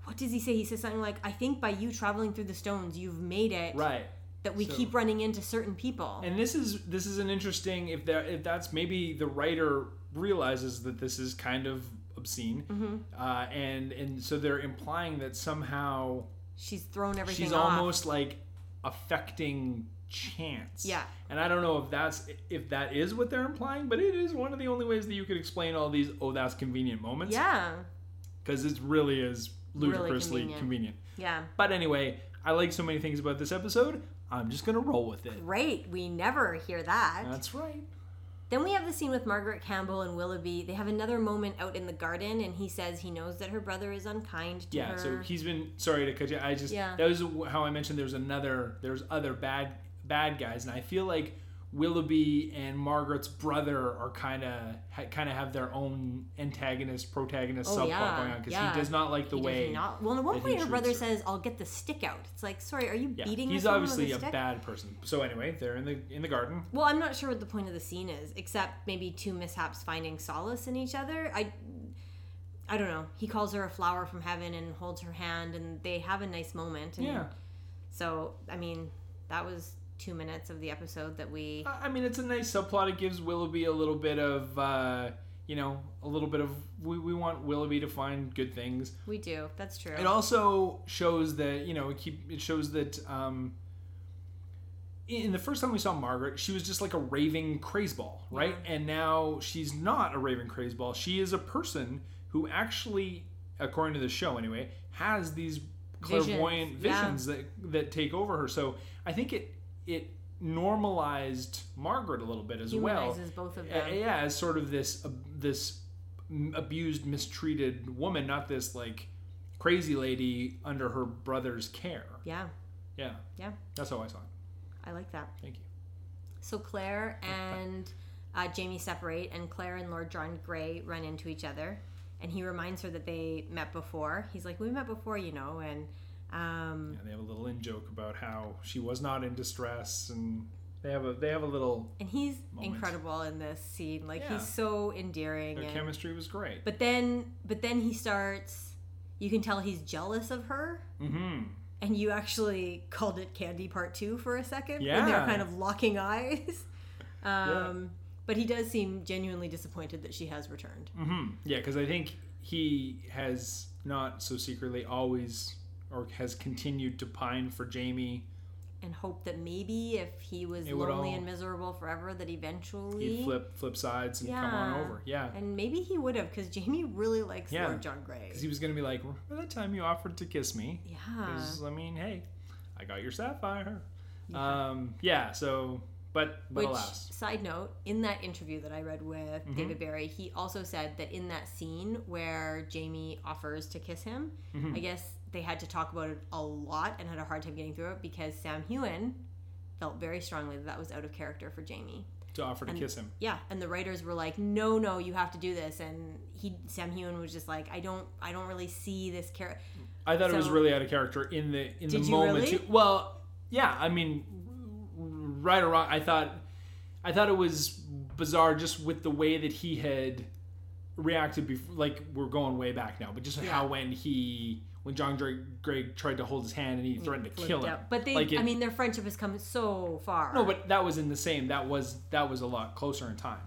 "What does he say?" He says something like, "I think by you traveling through the stones, you've made it
right,
that we
so-
keep running into certain people."
and this is this is an interesting if that if that's maybe the writer realizes that this is kind of obscene,
Mm-hmm.
uh, and and so they're implying that somehow
she's thrown everything.
she's
off.
almost like affecting chance.
Yeah.
And I don't know if that's if that is what they're implying, but it is one of the only ways that you could explain all these oh that's convenient moments.
yeah,
Because it really is
Really
ludicrously
convenient.
convenient.
yeah.
But anyway, I like so many things about this episode. I'm just gonna roll with it.
Great. We never hear that.
That's right.
Then we have the scene with Margaret Campbell and Willoughby. They have another moment out in the garden, and he says he knows that her brother is unkind to
Yeah.
her.
So he's been sorry to cut you. I just
Yeah.
that was how I mentioned there was another there's other bad bad guys, and I feel like Willoughby and Margaret's brother are kind of ha, kind of have their own antagonist protagonist
Oh,
subplot
yeah,
going on because
yeah.
he does not like the
He does
way.
not- well, at one
that he
point her
treats
brother
her.
says, "I'll get the stick out." It's like, sorry, are you
yeah,
beating?
he's
someone with
obviously
a
a
stick?
bad person. So anyway, they're in the in the garden.
Well, I'm not sure what the point of the scene is, except maybe two mishaps finding solace in each other. I, I don't know. He calls her a flower from heaven and holds her hand, and they have a nice moment. And
Yeah,
So, I mean, that was two minutes of the episode that we.
I I mean it's a nice subplot. It gives Willoughby a little bit of uh, you know a little bit of we, we want Willoughby to find good things.
We do. That's true.
It also shows that you know it keep it shows that um, in the first time we saw Margaret, she was just like a raving crazeball, right? And now she's not a raving crazeball. She is a person who actually, according to the show anyway, has these clairvoyant
Visions, yeah.
visions that that take over her. So I think it it normalized Margaret a little bit as well.
Humanizes both of them.
Uh, yeah, as sort of this ab this m- abused, mistreated woman, not this like crazy lady under her brother's care.
yeah.
Yeah,
Yeah.
that's how I saw it.
I like that.
Thank you.
So Claire and uh, Jamie separate, and Claire and Lord John Grey run into each other, and he reminds her that they met before. He's like, "We met before, you know," and um,
Yeah, they have a little in joke about how she was not in distress, and they have a they have a little.
and he's
Moment.
incredible in this scene. Like
Yeah.
he's so endearing.
Their
and-
chemistry was great.
but then, but then he starts. You can tell he's jealous of her.
Mm-hmm.
And you actually called it Candy Part Two for a second when they were
Yeah.
kind of locking eyes. Um, But he does seem genuinely disappointed that she has returned.
Mm-hmm. Yeah, because I think he has not so secretly always or has continued to pine for Jamie.
and hope that maybe if he was
It would
lonely
all-
and miserable forever, that eventually
He'd flip flip sides and come on
Yeah.
over. Yeah.
And maybe he would have, because Jamie really likes
Yeah.
Lord John Grey.
Because he was going to be like, remember that time you offered to kiss me?
yeah,
'Cause, I mean, hey, I got your sapphire. Yeah. Um, yeah, so, but, but
Which,
alas. Mm-hmm.
side note, in that interview that I read with David Barry, he also said that in that scene where Jamie offers to kiss him,
Mm-hmm.
I guess they had to talk about it a lot and had a hard time getting through it because Sam Hewen felt very strongly that that was out of character for Jamie.
To offer to kiss him.
yeah and the writers were like no no you have to do this and he sam hewen was just like i don't i don't really see this character
I thought it was
so-
really out of character in the in the
Did you
moment.
really?
too. Well, yeah, I mean, right or wrong, I thought, I thought it was bizarre just with the way that he had reacted. Before, like we're going way back now, but just how when he when John Drake Greg tried to hold his hand and he threatened to kill him.
but they
like it-
i mean their friendship has come so far
No, but that was in the same. That was that was a lot closer in time.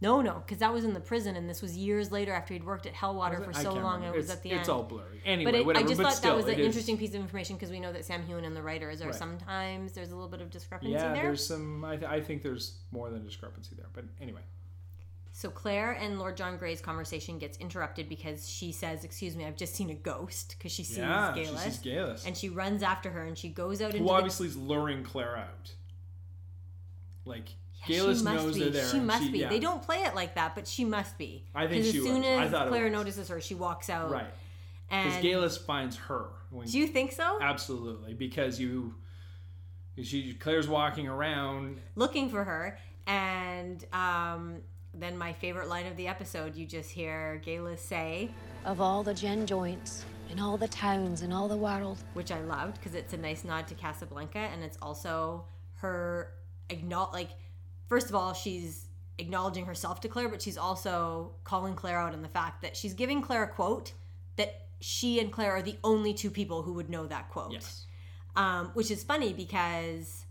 no no because that was in the prison and this was years later after he'd worked at hellwater for
I
so
can't
long
remember.
it was
It's-
at the end
it's all blurry. Anyway,
but it,
whatever.
I just
but
thought
still,
that was an
it is-
interesting piece of information because we know that Sam Hewen and the writers are
Right.
sometimes there's a little bit of discrepancy
Yeah,
there.
there's some. I, th- I think there's more than discrepancy there. But anyway,
So Claire and Lord John Grey's conversation gets interrupted because she says, "Excuse me, I've just seen a ghost" because she sees
yeah,
Galus.
she sees Galus,
and she runs after her and she goes out into
who
the-
obviously is luring Claire out. Like
She
Galus
must
knows
be.
they're there.
She
and
must be.
yeah.
They don't play it like that, but she must be.
I think
'Cause as
she
soon
was. I
as
thought it
Claire
was.
notices her, she walks out.
Right, because
And
Galus finds her. When,
do you think so?
absolutely, because you, she Claire's walking around.
Looking for her, and um, then my favorite line of the episode, you just hear Gayla say,
Of all the gen joints, in all the towns, in all the world,
which I loved because it's a nice nod to Casablanca, and it's also her acknowledge like first of all she's acknowledging herself to claire but she's also calling claire out on the fact that she's giving claire a quote that she and claire are the only two people who would know that quote
Yes.
um, which is funny because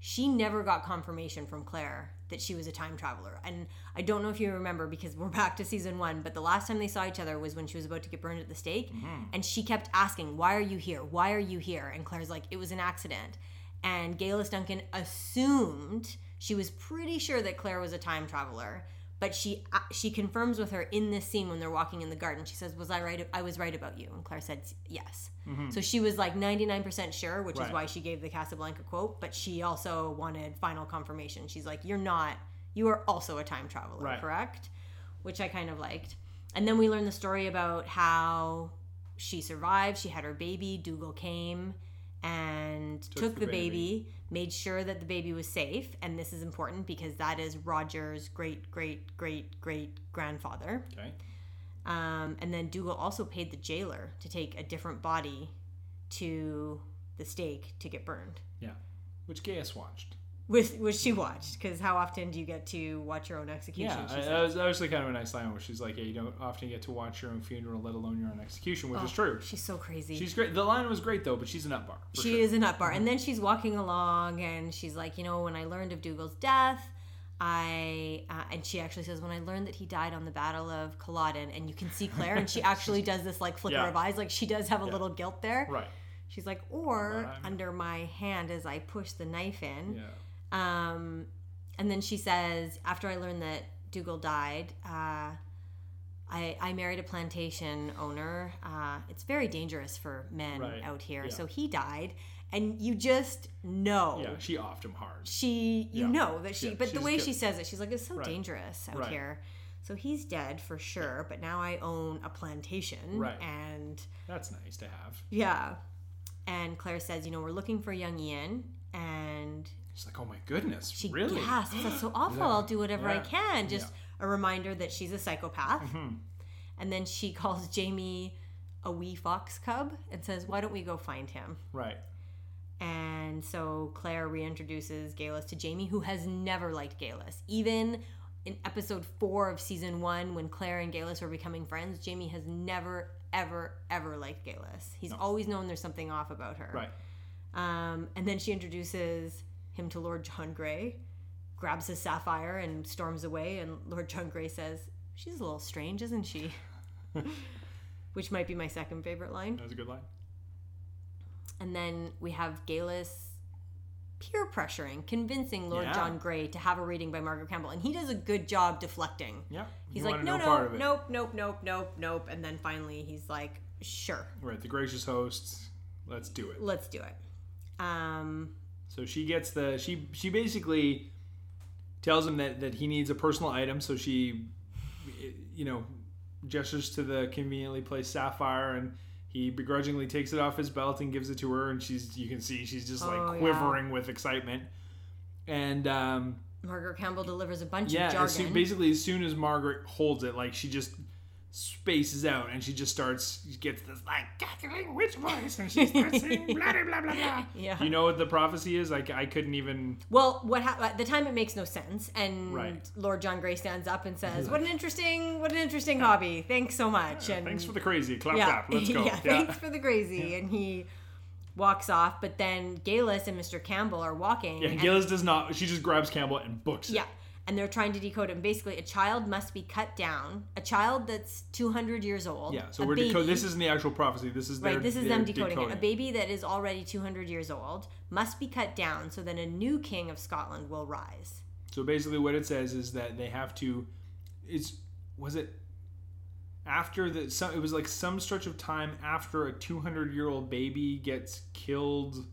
she never got confirmation from Claire that she was a time traveler. And I don't know if you remember because we're back to season one, but the last time they saw each other was when she was about to get burned at the stake. And she kept asking, Why are you here? Why are you here? And Claire's like, It was an accident. And Galus Duncan assumed she was pretty sure that Claire was a time traveler. But she uh, she confirms with her in this scene when they're walking in the garden. She says, "Was I right? I was right about you." And Claire said, "Yes." So she was like ninety nine percent sure, which is
Right.
why why she gave the Casablanca quote, but she also wanted final confirmation. She's like, You're not, you are also a time traveler,
Right.
correct? Which I kind of liked. And then we learned the story about how she survived. She had her baby, Dougal came and took, the,
the
baby.
baby.
made sure that the baby was safe. And this is important because that is Roger's great, great, great, great grandfather.
Okay.
Um, and then Dougal also paid the jailer to take a different body to the stake to get burned,
Yeah. Which Gaius watched.
with which she watched. Because how often do you get to watch your own execution?
Yeah,
she
I-
said.
that was actually kind of a nice line where she's like, "Yeah, you don't often get to watch your own funeral, let alone your own execution," which is true.
she's so crazy.
She's great. The line was great though, but she's an up bar. for
she
sure. Mm-hmm.
is an up bar, and then she's walking along, and she's like, you know, when I learned of Dougal's death. I uh, and she actually says when I learned that he died on the Battle of Culloden, and you can see Claire, and she actually does this like flicker
Yeah.
of eyes, like she does have a little guilt there.
right.
She's like, or
Right.
under my hand as I push the knife in.
Yeah.
Um, and then she says, after I learned that Dougal died, uh, I, I married a plantation owner. Uh, it's very dangerous for men
Right.
out here.
Yeah.
So he died. And you just know.
Yeah. She offed him hard.
She, you
Yeah.
know that she,
Yeah,
but the
she's
way she
good.
says it, she's like, it's so
Right.
dangerous out
Right.
here. So he's dead for sure, but now I own a plantation.
Right.
And
That's nice to have.
yeah. And Claire says, you know, we're looking for young Ian. And
She's like, "Oh my goodness,
she
really?"
gasps. That's so awful. I'll do whatever I
Yeah. Mm-hmm.
can. Just a reminder that she's a psychopath. And then she calls Jamie a wee fox cub and says, Why don't we go find him?
Right.
And so Claire reintroduces Galus to Jamie, who has never liked Galus. Even in episode four of season one, when Claire and Galus were becoming friends, Jamie has never, ever, ever liked Galus. He's always known there's something off about her.
Right.
Um, and then she introduces him to Lord John Grey, grabs his sapphire, and storms away. And Lord John Grey says, She's a little strange, isn't she? Which might be my second favorite line.
That was a good line.
And then we have Galus peer pressuring, convincing Lord
Yeah.
John Grey to have a reading by Margaret Campbell. And he does a good job deflecting.
Yeah.
He's
You
like,
wanted
no,
part
no,
of it.
nope, nope, nope, nope, nope. And then finally he's like, sure,
Right. The gracious host. Let's do it.
let's do it. Um,
So she gets the she she basically tells him that that he needs a personal item. So she, you know, gestures to the conveniently placed sapphire, and he begrudgingly takes it off his belt and gives it to her. And she's you can see she's just like
Oh, yeah.
quivering with excitement. And um,
Margaret Campbell delivers a bunch
yeah,
of jargon.
as soon, basically as soon as Margaret holds it, like she just spaces out and she just starts she gets this like cackling witch voice and she starts saying blah blah blah blah blah.
Yeah.
You know what the prophecy is? Like I couldn't even
Well, what hap at the time it makes no sense, and
Right.
Lord John Grey stands up and says, "What an interesting, what an interesting hobby! Thanks so much." and
Thanks for the crazy. Clap,
yeah,
clap. Let's go.
yeah, thanks for the crazy. And he walks off, but then Galus and Mr. Campbell are walking.
Yeah,
and-
Gillis does not. She just grabs Campbell and books it.
yeah, and they're trying to decode it. And basically, a child must be cut down. A child that's two hundred years old.
Yeah. So
a
we're decoding.
baby-
This isn't the actual prophecy. This is their,
Right, this is
their
them decoding, it. A baby that is already 200 years old must be cut down so that a new king of Scotland will rise.
So basically, what it says is that they have to. It's was it after the some it was like some stretch of time after a 200 year old baby gets killed the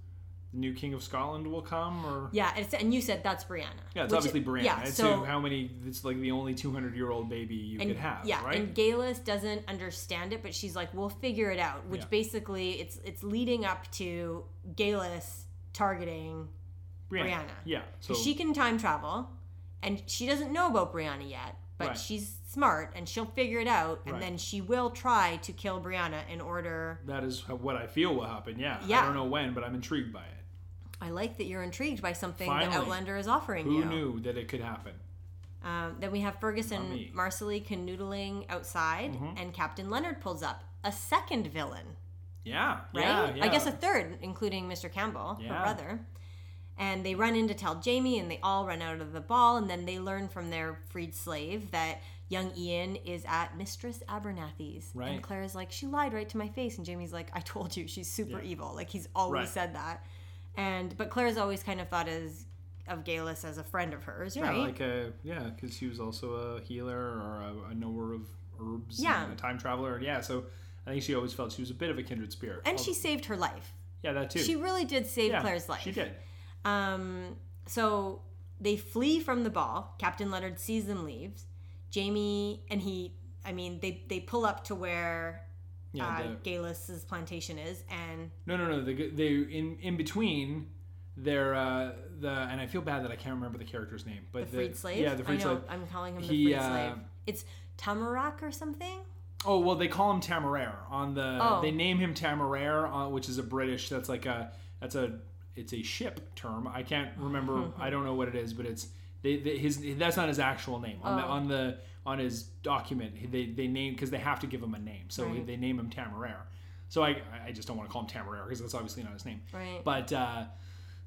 new king of scotland will come or
Yeah, it's, and you said that's Brianna.
yeah it's
which-
obviously brianna
Yeah,
it's
so
how many it's like the only 200 year old baby you
and-
could have
yeah,
right
and Galus doesn't understand it, but she's like, "We'll figure it out." Which
Yeah.
basically, it's it's leading up to Galus targeting Brianna.
yeah so
'Cause she can time travel, and she doesn't know about Brianna yet, but
Right.
she's smart and she'll figure it out, and
Right.
then she will try to kill Brianna in order
that is what I feel will happen. Yeah.
Yeah.
I don't know when, but I'm intrigued by it.
I like that you're intrigued by something that
Finally.
Outlander is offering
Who
you.
knew that it could happen?
Um, then we have Fergus
Not me.
and Marcelly canoodling outside,
Mm-hmm.
and Captain Leonard pulls up. A second villain,
Yeah.
right?
Yeah, yeah.
I guess a third, including Mr. Campbell,
Yeah.
her brother. And they run in to tell Jamie, and they all run out of the ball. And then they learn from their freed slave that young Ian is at Mistress Abernathy's.
Right.
And Claire's like, she lied right to my face. And Jamie's like, I told you, she's super
Yeah.
evil. Like he's always
Right.
said that. And but Claire's always kind of thought as of Galus as a friend of hers,
Yeah,
right?
like a yeah, because he was also a healer or a, a knower of herbs.
Yeah.
and a time traveler. And yeah, so I think she always felt she was a bit of a kindred spirit.
and
Al-
she saved her life.
yeah, that too.
She really did save
yeah,
Claire's life.
She did.
Um, so they flee from the ball. Captain Leonard sees them leave. Jamie and he, I mean, they they pull up to where
Yeah.
uh,
the-
Galus's plantation is, and
No, no, no. They, they in in between. They're uh, the and I feel bad that I can't remember the character's name,
the
but
freed slave.
Yeah, the freed
I know,
slave.
I'm calling him the
He,
freed
uh,
slave. It's Tamarak or something.
Oh well, they call him Tamaraire on the.
Oh.
They name him Tamaraire, uh, which is a British. That's like a. That's a. It's a ship term. I can't remember. I don't know what it is, but it's. They, they, his that's not his actual name on
Oh.
the on the on his document they they name because they have to give him a name so
Right.
they name him Tamaraire so I I just don't want to call him Tamaraire because that's obviously not his name
Right.
but uh,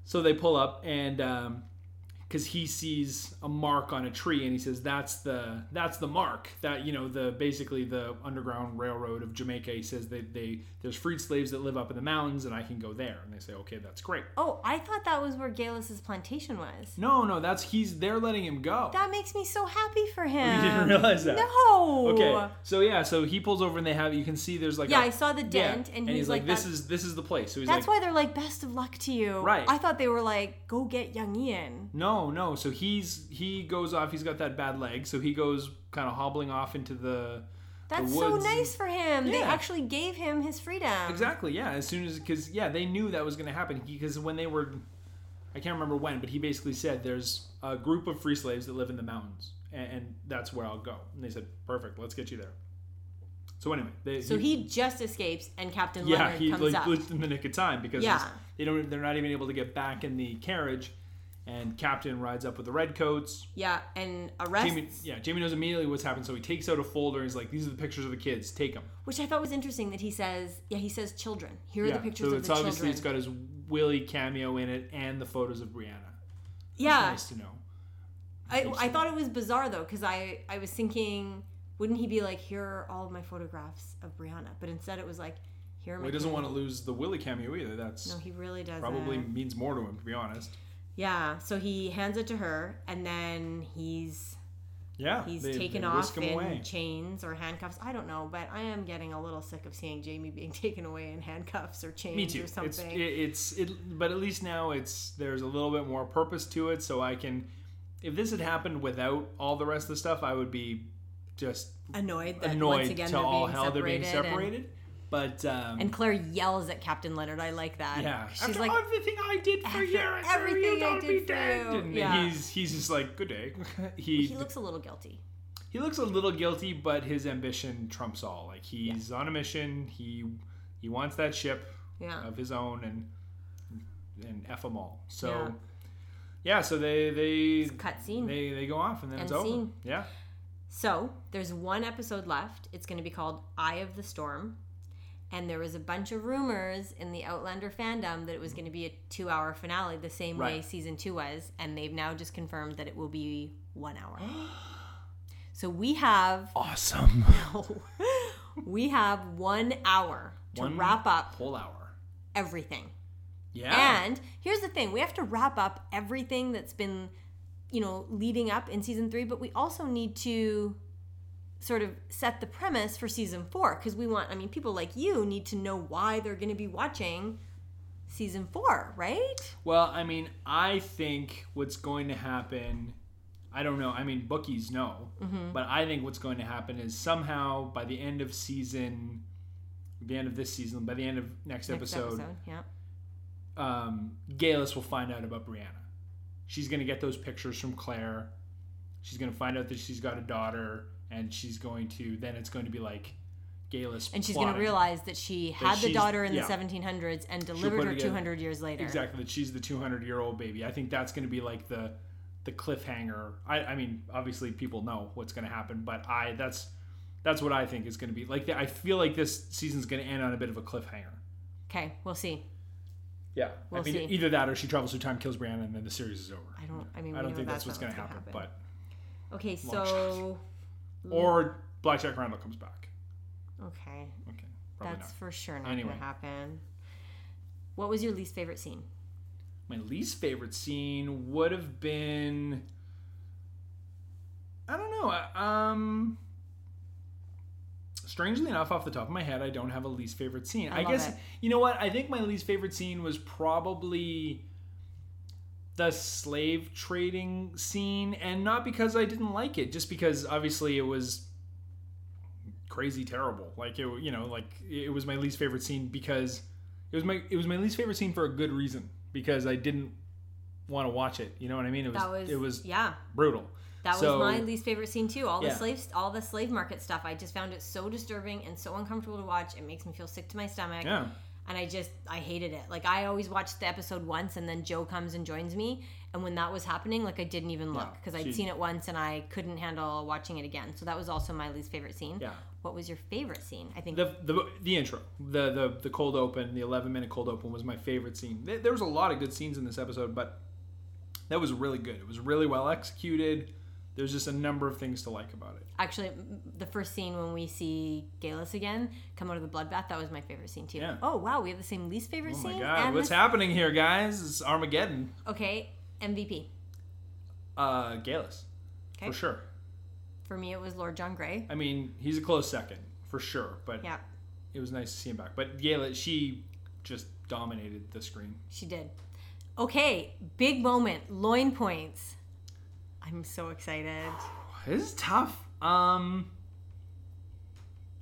so they pull up and um, because he sees a mark on a tree and he says that's the that's the mark that you know the basically the underground railroad of jamaica he says they, they there's freed slaves that live up in the mountains and i can go there and they say okay that's great
Oh, I thought that was where Galus's plantation was.
no no that's he's they're letting him go
That makes me so happy for him.
you didn't realize that
No.
okay so yeah so he pulls over and they have you can see there's like
Yeah,
I
I saw the dent, and, he's, like,
this
"That-
is this is the place so he's
That's
like
why they're like, best of luck to you.
Right.
I thought they were like, go get young Ian.
No, no. So he's he goes off. He's got that bad leg, so he goes kind of hobbling off into the.
That's
the
so
woods.
nice for him. They
Yeah.
actually gave him his freedom.
Exactly. Yeah. As soon as because yeah they knew that was going to happen because when they were, I can't remember when, but he basically said there's a group of free slaves that live in the mountains, and, and that's where I'll go. And they said perfect. Let's get you there. So anyway, they,
So he just escapes, and Captain
yeah
Leonard
he
comes
like
up.
blitzed in the nick of time because
Yeah.
it's- they don't they're not even able to get back in the carriage, and Captain rides up with the redcoats.
yeah, and arrests,
Jamie, yeah, Jamie knows immediately what's happened, so he takes out a folder. and He's like, "These are the pictures of the kids. Take them."
which I thought was interesting that he says, yeah, he says children. Here are
Yeah,
the pictures
so
of
it's
the children.
obviously it's got his Willy cameo in it and the photos of Brianna.
yeah,
nice to know.
I, I thought it was bizarre though, because I, I was thinking, wouldn't he be like, here are all of my photographs of Brianna? But instead it was like, here are my
Well, he doesn't
cam-
want to lose the Willy cameo either. That's
No, he really doesn't.
probably means more to him, to be honest.
Yeah, so he hands it to her, and then he's
Yeah,
he's
they-
taken
they
off
whisk
in
him away.
chains or handcuffs. I don't know, but I am getting a little sick of seeing Jamie being taken away in handcuffs or chains
Me too.
or
It's
something.
it, it's it, but at least now it's there's a little bit more purpose to it, so I can. If this had happened without all the rest of the stuff, I would be just
annoyed that once
annoyed
again
to
they're,
all
being
hell they're being
separated and-
separated. but um,
And, Claire yells at Captain Leonard. I like that.
Yeah.
she's
after
like,
everything I did for you,
"After
after
everything
you
I
don't
did
be
for
dead.
you.
And
Yeah.
he's he's just like, good day. he
he looks a little guilty.
he looks a little guilty, but his ambition trumps all. Like he's on a mission. He he wants that ship
Yeah,
of his own and and f them all. So yeah,
Yeah.
so they they
cutscene.
they they go off and then
And
it's over.
scene.
Yeah.
So there's one episode left. It's going to be called Eye of the Storm. And there was a bunch of rumors in the Outlander fandom that it was going to be a two hour finale, the same way
Right.
season two was. And they've now just confirmed that it will be one hour. so we have.
Awesome.
we have one hour to
Oh. One
wrap up
Whole hour.
everything.
Yeah.
And here's the thing we have to wrap up everything that's been, you know, leading up in season three, but we also need to sort of set the premise for season four because we want, I mean, people like you need to know why they're going to be watching season four, right?
Well, I mean, I think what's going to happen, I don't know. I mean, bookies know,
Mm-hmm.
but I think what's going to happen is somehow by the end of season, the end of this season, by the end of
Next
next, episode,
Yeah.
um, Galus will find out about Brianna. She's going to get those pictures from Claire. She's going to find out that she's got a daughter, and she's going to. Then it's going to be like Galus.
and she's going to
plotting.
realize that she had the
she's-
daughter in
yeah.
the 1700s and
put
delivered her
it in.
200 years later.
exactly that she's the 200 year old baby i think that's going to be like the the cliffhanger i i mean obviously people know what's going to happen but i that's that's what i think is going to be like i feel like this season's going to end on a bit of a cliffhanger
Okay, we'll see.
yeah i
We'll
mean
see.
either that or she travels through time kills brianna and then the series is over
I don't. I mean, we
i don't
know
think that's what's
not
going to happen,
But okay,
long
so
but or blackjack randall comes back
okay,
okay probably
that's
not
for sure not
Anyway.
going to happen. What was your least favorite scene?
my least favorite scene would have been i don't know uh, um strangely enough off the top of my head i don't have a least favorite scene
I
i,
love
guess
it.
you know what i think my least favorite scene was probably the slave trading scene and not because i didn't like it just because obviously it was crazy terrible like it you know like it was my least favorite scene because it was my it was my least favorite scene for a good reason because I didn't want to watch it. You know what I mean? It was,
That was
it was
yeah.
brutal.
That
So-
was my least favorite scene too. All
Yeah.
the slaves, all the slave market stuff. I just found it so disturbing and so uncomfortable to watch. It makes me feel sick to my stomach.
Yeah.
And I just I hated it. Like I always watched the episode once, and then Joe comes and joins me. And when that was happening, like I didn't even look
Yeah,
because
she-
I'd seen it once and I couldn't handle watching it again. So that was also my least favorite scene.
Yeah.
What was your favorite scene? I think
The, the, the intro, the, the the cold open, the 11 minute cold open was my favorite scene. There there was a lot of good scenes in this episode, but that was really good. It was really well executed. There's just a number of things to like about it.
actually m- the first scene when we see Galus again come out of the bloodbath. That was my favorite scene too.
Yeah.
Oh wow, we have the same least favorite
Oh
scene.
my god,
and
what's
the-
happening here, guys? It's Armageddon.
Okay, MVP.
Uh, Galus,
Okay.
for sure.
For me, it was Lord John Grey.
I mean, he's a close second for sure, but
Yeah,
it was nice to see him back. But Galus, she just dominated the screen.
she did. Okay, big moment, loin points. I'm so excited.
This is tough. Um,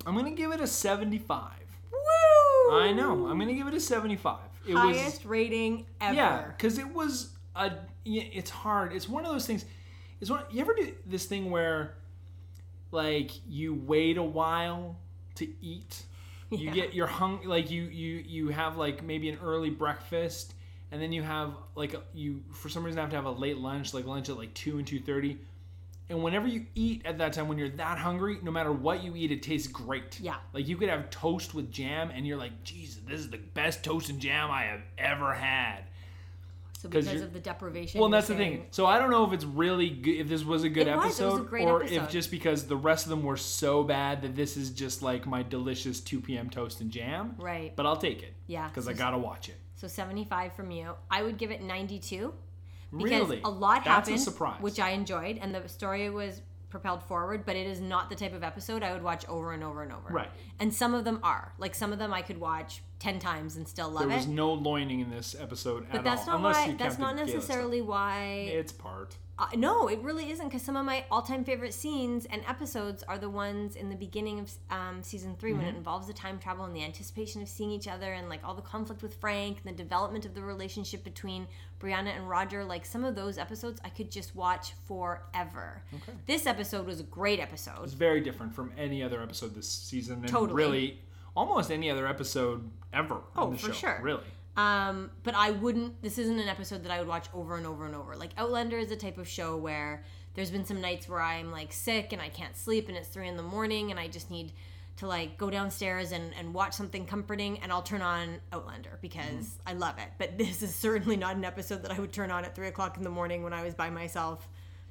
I'm gonna give it a 75.
Woo!
I know. I'm gonna give it a 75. It
Highest
was
rating ever.
yeah, because it was a. yeah, It's hard. It's one of those things. It's one. You ever do this thing where, like, you wait a while to eat. You
Yeah.
get your hung like you you you have like maybe an early breakfast and then you have like a, you for some reason have to have a late lunch like lunch at like 2 and 2:30 and whenever you eat at that time when you're that hungry no matter what you eat it tastes great
Yeah.
like you could have toast with jam and you're like jesus this is the best toast and jam i have ever had
So because
you're-
of the deprivation.
well and
you're
that's the thing
saying-
so i don't know if it's really good if this was a good
It was, it
episode
was a great
or if
episode.
just because the rest of them were so bad that this is just like my delicious 2 p.m toast and jam
Right.
but i'll take it
Yeah.
because
so,
i gotta watch it
so 75 from you. I would give it 92 because
really
a lot
that's
happened,
a surprise
which I enjoyed, and the story was propelled forward. But it is not the type of episode I would watch over and over and over.
Right.
And some of them are like some of them I could watch 10 times and still love
there
it.
was no loining in this episode
But
at
that's not
all unless
why.
you
That's
count
not
the Gala
necessarily
stuff.
why.
it's part
Uh, no, it really isn't because some of my all-time favorite scenes and episodes are the ones in the beginning of um, season 3 when it involves the time travel and the anticipation of seeing each other and like all the conflict with Frank and the development of the relationship between Brianna and Roger. Like some of those episodes, I could just watch forever. This episode was a great episode.
it's very different from any other episode this season and
Totally.
really almost any other episode ever
Oh,
on the
for
show
sure.
really
Um, but I wouldn't. This isn't an episode that I would watch over and over and over. Like Outlander is a type of show where there's been some nights where I'm like sick and I can't sleep and it's three in the morning and I just need to like go downstairs and, and watch something comforting and I'll turn on Outlander because I love it. But this is certainly not an episode that I would turn on at three o'clock in the morning when I was by myself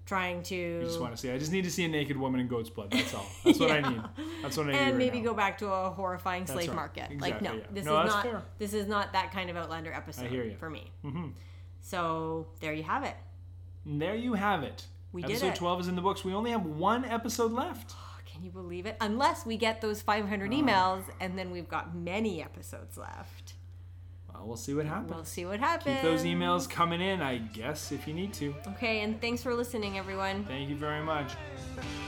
trying
I just
to
want to see. I just need to see a naked woman in goat's blood. That's all. That's what I need. That's what I need.
and
right
maybe
now.
go back to a horrifying slave
right.
market. like
Exactly,
no,
yeah.
this
No,
is
that's
not
fair.
this is not that kind of Outlander episode
hear ya. Mm-hmm.
for me. So there you have it.
And there you have it.
We did
episode
it.
twelve is in the books. We only have one episode left.
Oh, can you believe it? Unless we get those
Ah.
500 emails and then we've got many episodes left.
Well, we'll see what happens.
We'll see what happens.
Keep those emails coming in, I guess, if you need to.
Okay, and thanks for listening, everyone.
Thank you very much.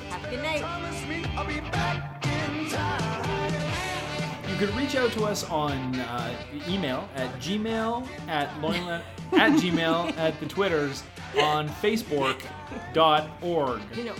Have a good night.
Promise me I'll be back in time.
You could reach out to us on uh, email at gmail at loinla at gmail at the twitters on facebook.org.
You know.